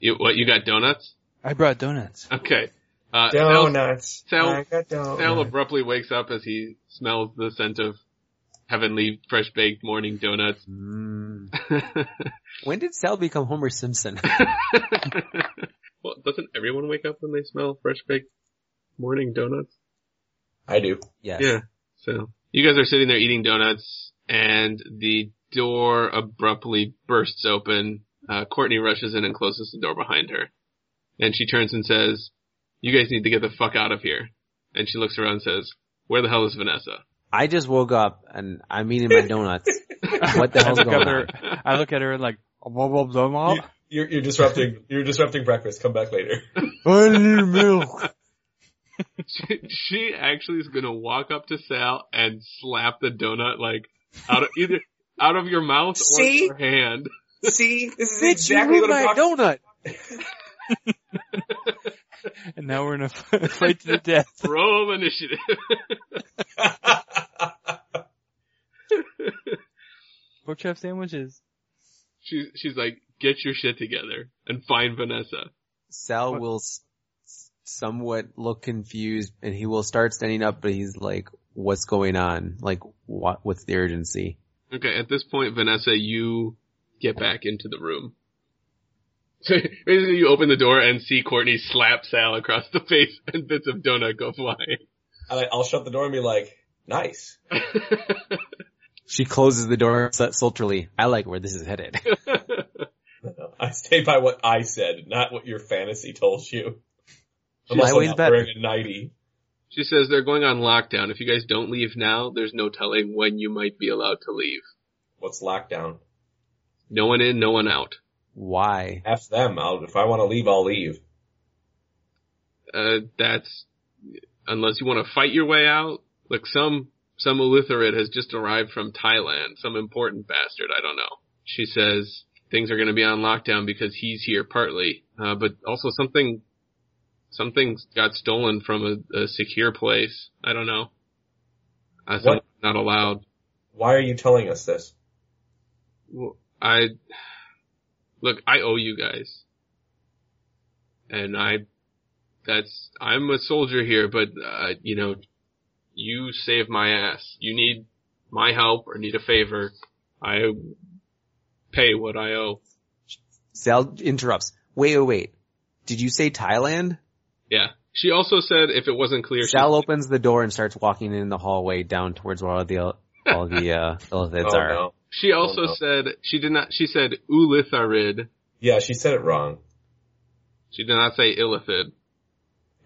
You, what you got? Donuts? I brought donuts. Okay. Uh, Sal- donuts. Sal- I got donuts. Sal abruptly wakes up as he smells the scent of heavenly fresh baked morning donuts. Mm. When did Sal become Homer Simpson? well, doesn't everyone wake up when they smell fresh baked morning donuts? I do. yes. Yeah. So you guys are sitting there eating donuts, and the door abruptly bursts open. Uh, Courtney rushes in and closes the door behind her, and she turns and says, "You guys need to get the fuck out of here." And she looks around and says, "Where the hell is Vanessa?" I just woke up and I'm eating my donuts. what the hell's I look going at her. on? I look at her and like, blah blah blah blah. You're, you're disrupting. you're disrupting breakfast. Come back later. I need milk. she, she actually is gonna walk up to Sal and slap the donut like out of either out of your mouth See? or your hand. See, this is Bitch, exactly you what I'm ruined my talking. donut. And now we're in a f- fight to the death. Roll initiative. Pork chop sandwiches. she's she's like, get your shit together and find Vanessa. Sal will s- s- somewhat look confused and he will start standing up, but he's like, what's going on? Like, what, what's the urgency? Okay, at this point, Vanessa, you get back into the room. So basically, you open the door and see Courtney slap Sal across the face, and bits of donut go flying. I like, I'll shut the door and be like, nice. She closes the door su- sultrily. I like where this is headed. I stay by what I said, not what your fantasy told you. My Unless I'm way's not better. wearing a nightie. she says they're going on lockdown. If you guys don't leave now, there's no telling when you might be allowed to leave. What's lockdown? No one in, no one out. Why? Ask them. I'll, if I want to leave, I'll leave. Uh, that's unless you want to fight your way out. Look, some some Eleutherid has just arrived from Thailand. Some important bastard. I don't know. She says things are going to be on lockdown because he's here partly, uh, but also something something got stolen from a, a secure place. I don't know. Uh, so What? Not allowed. Why are you telling us this? Well, I look. I owe you guys, and I. That's I'm a soldier here, but uh, you know, you saved my ass. You need my help or need a favor. I pay what I owe. Sal interrupts. Wait, wait, wait. Did you say Thailand? Yeah. She also said, if it wasn't clear, she, Sal opens the door and starts walking in the hallway down towards where all the, all the, uh, elephants oh are. no. she also Oh, no. said she did not. She said Ulitharid. Yeah, she said it wrong. She did not say Illithid.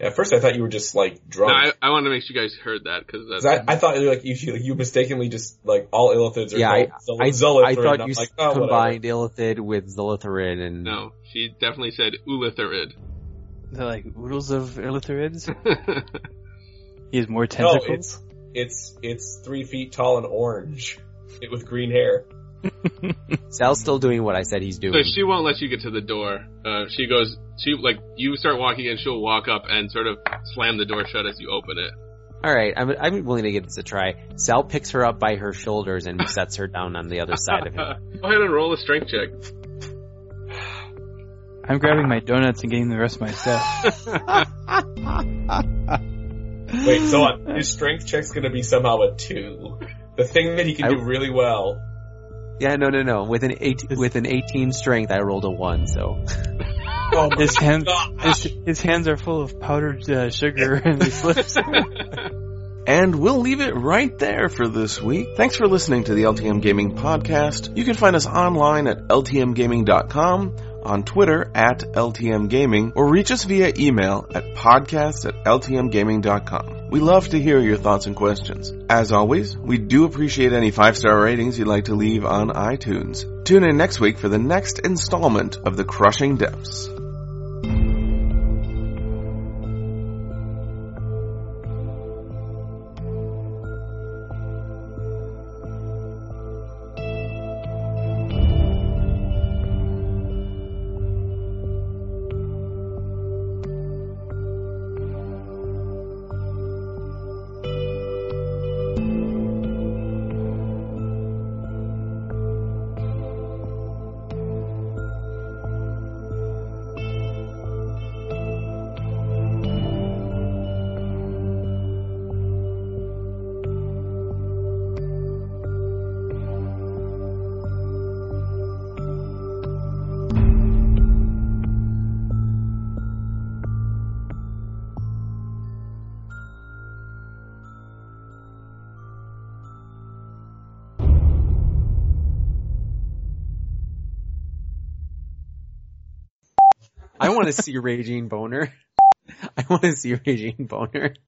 At first I thought you were just like No, drunk. I, I want to make sure you guys heard that because 'Cause I, I thought like you you- you mistakenly just like all illithids are Yeah, I- called I, Zol- I Zolithrid, and thought I'm you like, s oh, combined Illithid with Zolitharid and no, she definitely said Ulitharid. They're like oodles of illitherids. He has more whatever. No, tentacles. Oh, it's it's it's three feet tall and orange, it with green hair. Sal's still doing what I said he's So doing. she won't let you get to the door. Uh, she goes, she like you start walking and she'll walk up and sort of slam the door shut as you open it. All right, I'm I'm willing to give this a try. Sal picks her up by her shoulders and sets her down on the other side of him. Go ahead and roll a strength check. I'm grabbing my donuts and getting the rest of my stuff. Wait, so on, his strength check's gonna be somehow a two. The thing that he can I- do really well. Yeah, no, no, no. With an eight, with an 18 strength, I rolled a one. So Oh my His hands, god! his, his hands are full of powdered uh, sugar and he slips. And we'll leave it right there for this week. Thanks for listening to the LTM Gaming Podcast. You can find us online at ltmgaming.com, on Twitter at ltmgaming, or reach us via email at podcast at ltmgaming.com. We love to hear your thoughts and questions. As always, we do appreciate any five-star ratings you'd like to leave on iTunes. Tune in next week for the next installment of The Crushing Depths. I want to see Raging Boner. I want to see Raging Boner.